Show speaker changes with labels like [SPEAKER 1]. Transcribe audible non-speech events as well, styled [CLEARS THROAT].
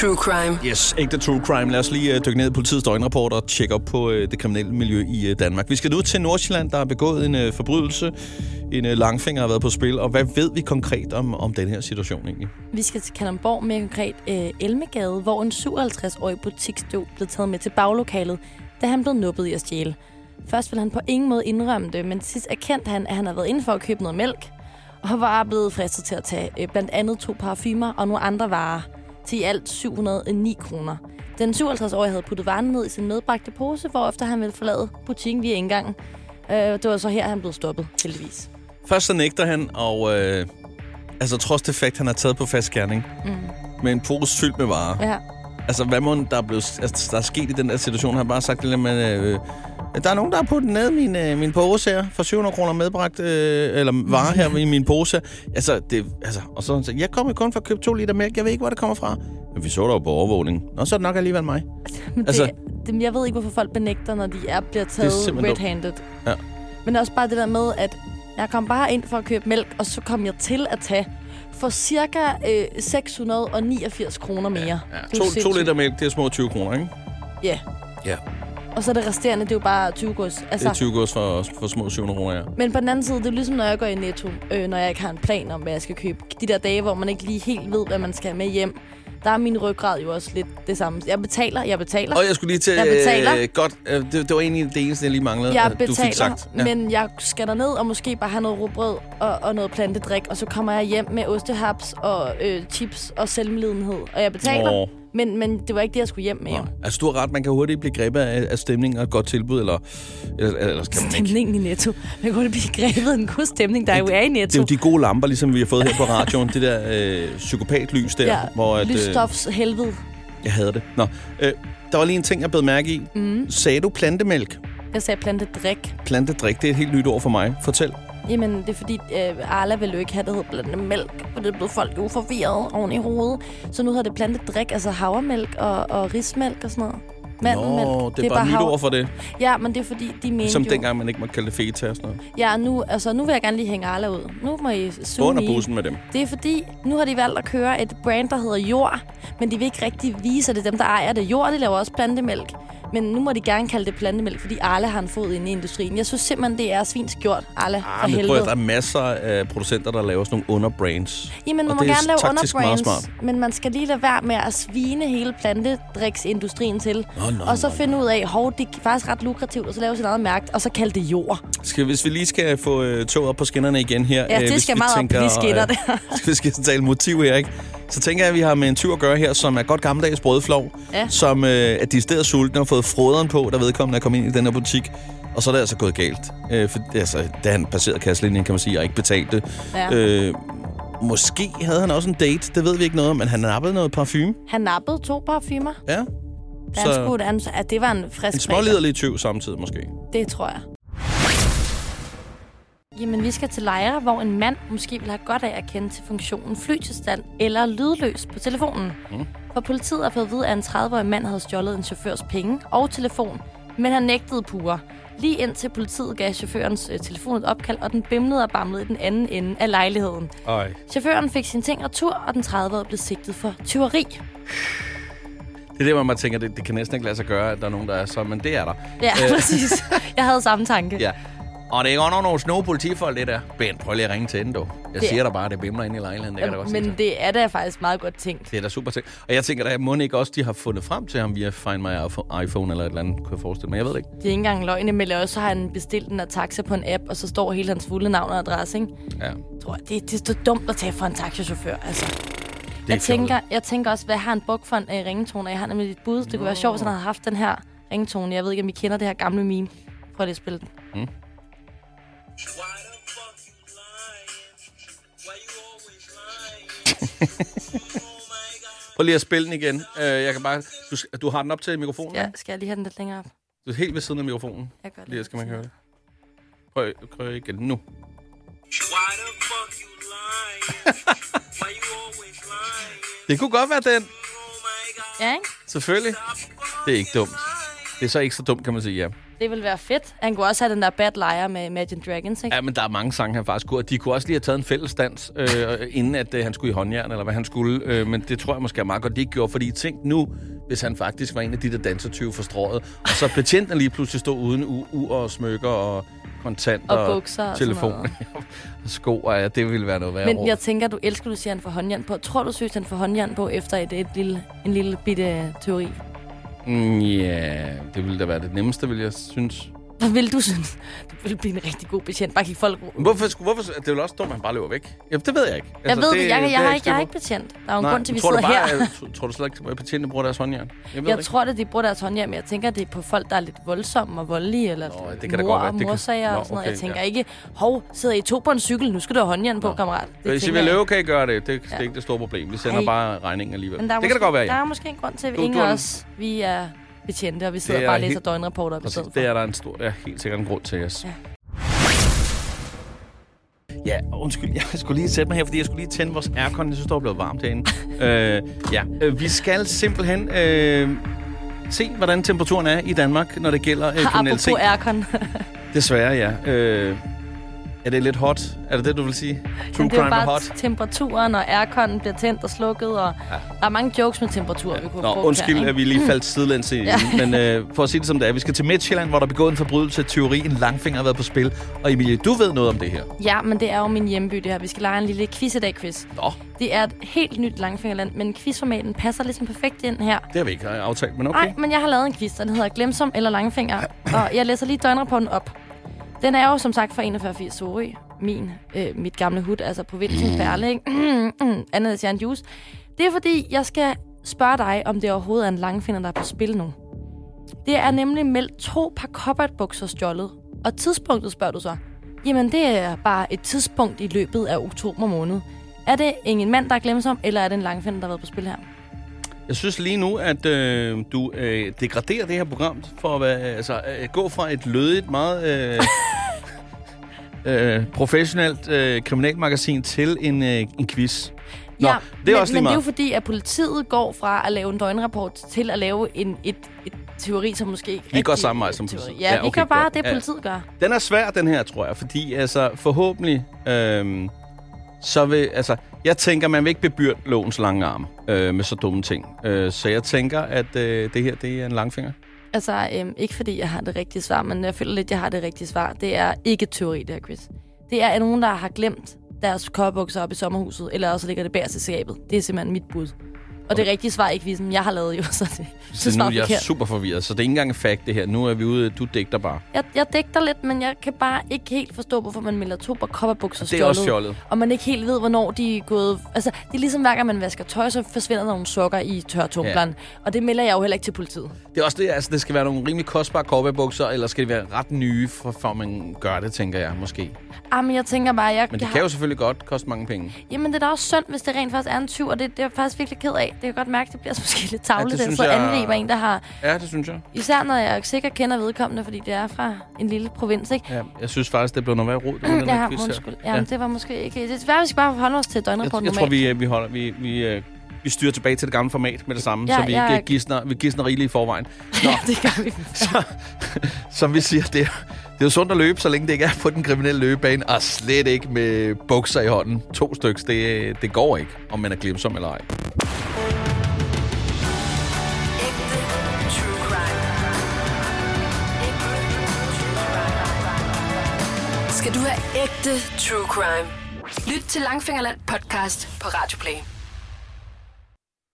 [SPEAKER 1] true crime.
[SPEAKER 2] Yes, ægte true crime. Lad os lige øh, dykke ned i politiets døgnrapport og tjekke op på øh, det kriminelle miljø i øh, Danmark. Vi skal nu til Nordsjælland, der har begået en øh, forbrydelse. En øh, langfinger har været på spil. Og hvad ved vi konkret om, om den her situation egentlig?
[SPEAKER 3] Vi skal til Kalamborg, mere konkret øh, Elmegade, hvor en 57-årig butikstøv blev taget med til baglokalet, da han blev nuppet i at stjæle. Først ville han på ingen måde indrømme det, men til sidst erkendte han, at han havde været inde for at købe noget mælk, og var blevet fristet til at tage øh, blandt andet to parfumer og nogle andre varer til i alt 709 kroner. Den 57-årige havde puttet varen ned i sin medbragte pose, hvorefter han ville forlade butikken via indgangen. Øh, det var så her, han blev stoppet, heldigvis.
[SPEAKER 2] Først så nægter han, og øh, altså trods det fakt, han har taget på fast gerning, mm. med en pose fyldt med varer. Ja.
[SPEAKER 3] Ja,
[SPEAKER 2] Altså, hvad må der er, blevet, altså, der er sket i den der situation? Han har bare sagt det der med, øh, der er nogen, der har puttet ned min, øh, min pose her, for 700 kroner medbragt, øh, eller varer her i min pose. Altså, det, altså, og så har han sagt, jeg kommer kun for at købe to liter mælk, jeg ved ikke, hvor det kommer fra. Men vi så det jo på overvågning. Nå, så er det nok alligevel mig.
[SPEAKER 3] men
[SPEAKER 2] Altså-
[SPEAKER 3] altså, det, det, jeg ved ikke, hvorfor folk benægter, når de er, bliver taget
[SPEAKER 2] simpelthen dumt.
[SPEAKER 3] red-handed.
[SPEAKER 2] Ja.
[SPEAKER 3] Men også bare det der med, at jeg kom bare ind for at købe mælk, og så kom jeg til at tage for cirka øh, 689 kroner mere. Ja,
[SPEAKER 2] Ja, to, to liter mælk, det er små 20 kroner, ikke?
[SPEAKER 3] Ja.
[SPEAKER 2] Ja.
[SPEAKER 3] Og så er det resterende, det er jo bare 20 gods.
[SPEAKER 2] Det
[SPEAKER 3] Altså,
[SPEAKER 2] er 20 gods for, for små 700 kroner, ja.
[SPEAKER 3] Men på den anden side, det er ligesom, når jeg går i Netto, øh, når jeg ikke har en plan om, hvad jeg skal købe. De der dage, hvor man ikke lige helt ved, hvad man skal have med hjem, der er min ryggrad jo også lidt det samme. Jeg betaler, jeg betaler.
[SPEAKER 2] Og jeg skulle lige til...
[SPEAKER 3] Jeg betaler.
[SPEAKER 2] Øh, godt, øh, det, det, var egentlig det eneste, jeg lige manglede,
[SPEAKER 3] jeg
[SPEAKER 2] at
[SPEAKER 3] betaler,
[SPEAKER 2] Øh, du fik sagt.
[SPEAKER 3] ja. men jeg skal ned og måske bare have noget rugbrød og, og noget plantedrik, og så kommer jeg hjem med ostehaps og øh, chips og selvmelidenhed, og jeg betaler.
[SPEAKER 2] Åh.
[SPEAKER 3] Oh. Men, men det var ikke det, jeg skulle hjem med. jo.
[SPEAKER 2] Nej. Altså, du har ret. Man kan hurtigt blive grebet af, af stemning og et godt tilbud, eller, eller, eller kan man ikke.
[SPEAKER 3] Stemningen i Netto. Man kunne blive grebet af en god stemning, der jo er i
[SPEAKER 2] Det er
[SPEAKER 3] Netto.
[SPEAKER 2] jo de gode lamper, ligesom vi har fået her på radioen. det der øh, psykopatlys der,
[SPEAKER 3] ja,
[SPEAKER 2] hvor at, øh,
[SPEAKER 3] lysstofs helvede.
[SPEAKER 2] jeg havde det. Nå, øh, der var lige en ting, jeg blev mærke i. Mm. Sagde du plantemælk?
[SPEAKER 3] Jeg sagde plantedrik.
[SPEAKER 2] Plantedrik, det er et helt nyt ord for mig. Fortæl.
[SPEAKER 3] Jamen, det er fordi, øh, Arla ville jo ikke have, det hed blandet mælk, for det blev folk jo forvirret oven i hovedet. Så nu hedder det blandet drik, altså havremælk og, og rismælk og sådan noget. Mandelmælk.
[SPEAKER 2] Nå, det er, det er bare, et nyt
[SPEAKER 3] havre-
[SPEAKER 2] ord for det.
[SPEAKER 3] Ja, men det er fordi, de mente
[SPEAKER 2] Som
[SPEAKER 3] jo...
[SPEAKER 2] dengang, man ikke måtte kalde det feta og sådan noget.
[SPEAKER 3] Ja, nu, altså, nu vil jeg gerne lige hænge Arla ud. Nu må I zoome
[SPEAKER 2] Under
[SPEAKER 3] i.
[SPEAKER 2] bussen med dem.
[SPEAKER 3] Det er fordi, nu har de valgt at køre et brand, der hedder Jord, men de vil ikke rigtig vise, at det er dem, der ejer det. Jord, de laver også plantemælk. Men nu må de gerne kalde det plantemælk, fordi Arla har en fod inde i industrien. Jeg synes simpelthen, det er svinsk gjort, Arla, for
[SPEAKER 2] Ah, men prøv
[SPEAKER 3] helvede.
[SPEAKER 2] at, der er masser af producenter, der laver sådan nogle underbrands.
[SPEAKER 3] Jamen, man
[SPEAKER 2] Og
[SPEAKER 3] må
[SPEAKER 2] det er
[SPEAKER 3] gerne lave
[SPEAKER 2] taktisk meget
[SPEAKER 3] underbrands, men man skal lige lade være med at svine hele plantedriksindustrien til.
[SPEAKER 2] Nå, nå,
[SPEAKER 3] og så
[SPEAKER 2] nå,
[SPEAKER 3] finde ud af, hov, det er faktisk ret lukrativt, og så lave sit eget mærke, og så kalde det jord.
[SPEAKER 2] Skal, hvis vi lige skal få øh, toget op på skinnerne igen her. øh,
[SPEAKER 3] Ja, det
[SPEAKER 2] hvis
[SPEAKER 3] skal
[SPEAKER 2] vi
[SPEAKER 3] meget op på
[SPEAKER 2] tænker, øh,
[SPEAKER 3] de skinner der.
[SPEAKER 2] [LAUGHS] hvis vi skal tale motiv her, ikke? Så tænker jeg, at vi har med en tyv at gøre her, som er godt gammeldags brødflov,
[SPEAKER 3] Ja.
[SPEAKER 2] som øh, er decideret sulten og har fået froderen på, der vedkommende er kommet ind i den her butik. Og så er det altså gået galt. Øh, for, altså, da han passerede kasselinjen, kan man sige, og ikke betalte.
[SPEAKER 3] Ja.
[SPEAKER 2] Øh, måske havde han også en date, det ved vi ikke noget om, men han nappede noget parfume.
[SPEAKER 3] Han nappede to parfumer.
[SPEAKER 2] Ja.
[SPEAKER 3] Da han skulle, han, at det var en frisk
[SPEAKER 2] en
[SPEAKER 3] fredag.
[SPEAKER 2] småliderlig tyv samtidig måske.
[SPEAKER 3] Det tror jeg. Jamen, vi skal til lejre, hvor en mand måske vil have godt af at kende til funktionen flytilstand eller lydløs på telefonen. Mm. For politiet har fået at vide, at en 30-årig mand havde stjålet en chaufførs penge og telefon, men han nægtede pure. Lige indtil politiet gav chaufførens øh, telefon et opkald, og den bimlede og bamlede i den anden ende af lejligheden.
[SPEAKER 2] Ej.
[SPEAKER 3] Chaufføren fik sin ting retur, og den 30-årige blev sigtet for tyveri.
[SPEAKER 2] Det er det, hvor man tænker, det, det kan næsten ikke lade sig gøre, at der er nogen, der er så, men det er der.
[SPEAKER 3] Ja,
[SPEAKER 2] Øh.
[SPEAKER 3] øh. [LAUGHS] præcis. Jeg havde samme tanke.
[SPEAKER 2] Ja. Og det er godt nok nogle snoge politifolk, det der. Ben, prøv lige at ringe til hende, dog. Jeg
[SPEAKER 3] Det-
[SPEAKER 2] siger dig bare, det bimler ind i lejligheden, det kan jeg da godt sige
[SPEAKER 3] men
[SPEAKER 2] til.
[SPEAKER 3] det er da faktisk meget godt tænkt.
[SPEAKER 2] Det er da super ting. Og jeg tænker, der må ikke også, de har fundet frem til ham via Find My iPhone eller et eller andet, kunne jeg forestille mig. Jeg ved det ikke.
[SPEAKER 3] Det er ikke engang løgne, men også så har han bestilt en af taxa på en app, og så står hele hans fulde navn og adresse, ikke?
[SPEAKER 2] Ja.
[SPEAKER 3] Jeg tror, det, det er så dumt at tage fra en taxachauffør, altså. Det
[SPEAKER 2] er
[SPEAKER 3] jeg, tænker, jeg tænker også, hvad har han brugt for en øh, ringetone? Og Jeg har nemlig et bud. Det kunne være sjovt, hvis han havde haft den her ringetone. Jeg ved ikke, om I kender det her gamle meme. Prøv lige at spille den.
[SPEAKER 4] Why the fuck you lying? Why you always lying? oh my god.
[SPEAKER 2] Prøv lige at spille den igen. Øh, jeg kan bare... Du, sk- du har den op til mikrofonen?
[SPEAKER 3] Ja, skal jeg lige have den lidt længere op?
[SPEAKER 2] Du er helt ved siden af mikrofonen.
[SPEAKER 3] Jeg gør det.
[SPEAKER 2] Lige skal man høre det. Prøv, prøv igen nu.
[SPEAKER 4] Why the fuck you lying? Why you always lying?
[SPEAKER 2] Det kunne godt være den.
[SPEAKER 4] Oh my god.
[SPEAKER 3] Ja, ikke?
[SPEAKER 2] Selvfølgelig. Det er ikke dumt. Det er så ikke så dumt, kan man sige, ja.
[SPEAKER 3] Det ville være fedt. Han kunne også have den der Bad Liar med Imagine Dragons, ikke?
[SPEAKER 2] Ja, men der er mange sange, han faktisk kunne. Og de kunne også lige have taget en fælles dans, øh, inden at øh, han skulle i håndjern, eller hvad han skulle. Øh, men det tror jeg måske er meget godt, de ikke gjorde. Fordi tænk nu, hvis han faktisk var en af de der dansertyve for strået, og så betjenten lige pludselig stod uden u- ur og smykker og kontanter
[SPEAKER 3] Og bukser og sådan
[SPEAKER 2] telefon
[SPEAKER 3] noget.
[SPEAKER 2] [LAUGHS] og sko. Og ja, det ville være noget værre
[SPEAKER 3] Men
[SPEAKER 2] råd.
[SPEAKER 3] jeg tænker, du elsker, du siger, han får håndjern på. Tror du, synes, han får håndjern på efter et, et lille, en lille bitte øh, teori?
[SPEAKER 2] Mm, ja, det ville da være det nemmeste, ville jeg synes.
[SPEAKER 3] Hvad vil du synes? Du vil blive en rigtig god betjent. Bare kigge folk...
[SPEAKER 2] Men Hvorfor, skulle- hvorfor, det er jo også dumt, at han bare løber væk. Jamen, det ved jeg ikke. Altså,
[SPEAKER 3] Jeg ved det, jeg, jeg,
[SPEAKER 2] det er
[SPEAKER 3] jeg, har
[SPEAKER 2] ikke
[SPEAKER 3] ikke,
[SPEAKER 2] styr
[SPEAKER 3] jeg er
[SPEAKER 2] på.
[SPEAKER 3] ikke betjent. Der er jo en
[SPEAKER 2] Nej,
[SPEAKER 3] grund til, at vi
[SPEAKER 2] tror
[SPEAKER 3] sidder
[SPEAKER 2] du bare,
[SPEAKER 3] her.
[SPEAKER 2] at- Tror, tror du slet ikke, at betjentene bruger deres håndjern? Jeg ved det
[SPEAKER 3] Jeg
[SPEAKER 2] ikke.
[SPEAKER 3] tror, at de bruger deres håndjern, men jeg tænker, at det er på folk, der er lidt voldsomme og voldelige, eller
[SPEAKER 2] Nå,
[SPEAKER 3] Nå,
[SPEAKER 2] det kan da
[SPEAKER 3] mor
[SPEAKER 2] godt være.
[SPEAKER 3] og
[SPEAKER 2] Det kan-
[SPEAKER 3] morsager
[SPEAKER 2] Nå,
[SPEAKER 3] og sådan noget. Jeg
[SPEAKER 2] okay,
[SPEAKER 3] tænker
[SPEAKER 2] ja.
[SPEAKER 3] ikke, hov, sidder I to på en cykel, nu skal du have håndjern på, kammerat. Det
[SPEAKER 2] Hvis I
[SPEAKER 3] tænker
[SPEAKER 2] vil
[SPEAKER 3] jeg
[SPEAKER 2] løbe,
[SPEAKER 3] ikke.
[SPEAKER 2] kan I gøre det. Det, det er
[SPEAKER 3] Ja.
[SPEAKER 2] ikke det store problem. Vi sender
[SPEAKER 3] Ej.
[SPEAKER 2] bare regningen alligevel.
[SPEAKER 3] Men
[SPEAKER 2] Det
[SPEAKER 3] der er
[SPEAKER 2] kan
[SPEAKER 3] måske,
[SPEAKER 2] da godt være,
[SPEAKER 3] Der
[SPEAKER 2] ja.
[SPEAKER 3] er måske en grund til, at
[SPEAKER 2] Du-
[SPEAKER 3] ingen
[SPEAKER 2] du
[SPEAKER 3] af
[SPEAKER 2] har-
[SPEAKER 3] os, vi er betjente, og vi sidder
[SPEAKER 2] Det er
[SPEAKER 3] bare og læser
[SPEAKER 2] helt-
[SPEAKER 3] døgnrapporter.
[SPEAKER 2] Præcis,
[SPEAKER 3] Præcis,
[SPEAKER 2] det er der en stor, ja, helt sikkert en grund til, yes.
[SPEAKER 3] Ja.
[SPEAKER 2] Ja. Ja, undskyld, jeg skulle lige sætte mig her, fordi jeg skulle lige tænde vores aircon. Jeg synes, det var blevet
[SPEAKER 3] [LAUGHS]
[SPEAKER 2] varmt herinde. øh, ja, øh, vi skal simpelthen øh, se, hvordan temperaturen er i Danmark, når det gælder øh,
[SPEAKER 3] [LAUGHS]
[SPEAKER 2] kriminalitet.
[SPEAKER 3] Apropos aircon.
[SPEAKER 2] Desværre, ja. Øh, er det lidt hot? Er det det, du vil sige? True
[SPEAKER 3] Men [LAUGHS] det er
[SPEAKER 2] crime
[SPEAKER 3] jo bare
[SPEAKER 2] er hot.
[SPEAKER 3] temperaturen, og airconen bliver tændt og slukket, og ja. der er mange jokes med temperatur, ja. vi kunne have
[SPEAKER 2] Nå,
[SPEAKER 3] brugt
[SPEAKER 2] undskyld,
[SPEAKER 3] her,
[SPEAKER 2] at vi lige faldt sidelæns i, men øh, for at sige det som det er, vi skal til Midtjylland, hvor der er begået en forbrydelse, teori, en langfinger har været på spil. Og Emilie, du ved noget om det her.
[SPEAKER 3] Ja, men det er jo min hjemby, det her. Vi skal lege en lille quiz i dag, quiz.
[SPEAKER 2] Nå,
[SPEAKER 3] Det er et helt nyt langfingerland, men quizformaten passer ligesom perfekt ind her.
[SPEAKER 2] det har vi ikke øh, aftalt, men okay.
[SPEAKER 3] Nej, men jeg har lavet en quiz, der hedder Glemsom eller Langfinger, og jeg læser lige døgnrapporten op. Den er jo som sagt fra 41 Sorø, min, øh, mit gamle hud, altså provinsen Perle, ikke? [CLEARS THROAT] Andet end juice. Det er fordi, jeg skal spørge dig, om det overhovedet er en langfinger, der er på spil nu. Det er nemlig meldt to par koppertbukser stjålet, og tidspunktet spørger du så. Jamen, det er bare et tidspunkt i løbet af oktober måned. Er det en mand, der er glemsom, eller er det en langfinder, der har været på spil her?
[SPEAKER 2] Jeg synes lige nu, at øh, du øh, degraderer det her program for at være, øh, altså, øh, gå fra et lødigt, meget øh, øh, professionelt øh, kriminalmagasin til en, øh, en quiz. Nå, det er
[SPEAKER 3] men,
[SPEAKER 2] også lige
[SPEAKER 3] men det er jo
[SPEAKER 2] meget.
[SPEAKER 3] fordi, at politiet går fra at lave en døgnrapport til at lave en, et, et teori, som måske ikke
[SPEAKER 2] Vi går
[SPEAKER 3] rigtig
[SPEAKER 2] samme vej
[SPEAKER 3] er
[SPEAKER 2] som
[SPEAKER 3] teori.
[SPEAKER 2] politiet.
[SPEAKER 3] Ja,
[SPEAKER 2] Ja,
[SPEAKER 3] ja okay, vi
[SPEAKER 2] okay,
[SPEAKER 3] gør bare
[SPEAKER 2] godt.
[SPEAKER 3] det,
[SPEAKER 2] Ja.
[SPEAKER 3] politiet gør.
[SPEAKER 2] Den er svær, den her, tror jeg, fordi altså, forhåbentlig, øhm, så vil, altså, jeg tænker, man vil ikke bebyrde lovens lange arm øh, med så dumme ting. Øh, så jeg tænker, at øh, det her, det er en langfinger.
[SPEAKER 3] Altså, øhm, ikke fordi jeg har det rigtige svar, men jeg føler lidt, jeg har det rigtige svar. Det er ikke teori, det her quiz. Det er at nogen, der har glemt deres kopbukser op i sommerhuset, eller også ligger det bagerst i skabet. Det er simpelthen mit bud. Og det rigtige svar er ikke visen, jeg har lavet jo, [LAUGHS] så det, det
[SPEAKER 2] Så nu
[SPEAKER 3] svarer
[SPEAKER 2] er jeg
[SPEAKER 3] forkert.
[SPEAKER 2] super forvirret, så det er ikke engang en fact, det her. Nu er vi ude, du digter bare.
[SPEAKER 3] Jeg, jeg dækker lidt, men jeg kan bare ikke helt forstå, hvorfor man melder to par kopperbukser
[SPEAKER 2] Det er også fjollet.
[SPEAKER 3] Og man ikke helt ved, hvornår de er gået... Altså, det er ligesom hver gang, man vasker tøj, så forsvinder der nogle sokker i tørretumbleren. Ja. Og det melder jeg jo heller ikke til politiet.
[SPEAKER 2] Det er også det, altså, det skal være nogle rimelig kostbare cowboybukser, eller skal det være ret nye, for, for man gør det, tænker jeg, måske.
[SPEAKER 3] Ah, men jeg tænker bare, jeg...
[SPEAKER 2] Men det
[SPEAKER 3] jeg
[SPEAKER 2] kan jo selvfølgelig godt koste mange penge.
[SPEAKER 3] Jamen, det er da også synd, hvis det rent faktisk er en tyv, og det, det er jeg faktisk virkelig ked af. Det kan jeg godt mærke, det bliver [LAUGHS] så måske lidt tavligt,
[SPEAKER 2] det
[SPEAKER 3] ja, at
[SPEAKER 2] synes
[SPEAKER 3] sidde og
[SPEAKER 2] jeg-
[SPEAKER 3] angriber en, der har...
[SPEAKER 2] Ja, det synes jeg.
[SPEAKER 3] Især når jeg sikkert kender vedkommende, fordi det er fra en lille provins, ikke?
[SPEAKER 2] Ja, jeg synes faktisk, det blev noget værre
[SPEAKER 3] [CLEARS THROAT]
[SPEAKER 2] rod.
[SPEAKER 3] Ja, ja undskyld. Ja, ja. det var måske ikke... Det er svært, vi skal bare holde os til
[SPEAKER 2] Jeg,
[SPEAKER 3] døgnrapporten
[SPEAKER 2] jeg tror, vi, øh, vi, holder, vi, vi, øh, vi styrer tilbage til det gamle format med det samme,
[SPEAKER 3] Ja,
[SPEAKER 2] ja, så vi
[SPEAKER 3] jeg
[SPEAKER 2] ikke
[SPEAKER 3] er-
[SPEAKER 2] øh, gisner, vi gisner rigeligt i forvejen.
[SPEAKER 3] Ja, [LAUGHS] det gør vi.
[SPEAKER 2] Så, [LAUGHS] som vi siger, det er, det er jo sundt at løbe, så længe det ikke er på den kriminelle løbebane, og slet ikke med bukser i hånden. To stykker, det, det går ikke, om man er glemsom eller ej.
[SPEAKER 1] Ægte true crime. Ægte true crime. Skal du have ægte true crime? Lyt til Langfingerland podcast på Radio Play.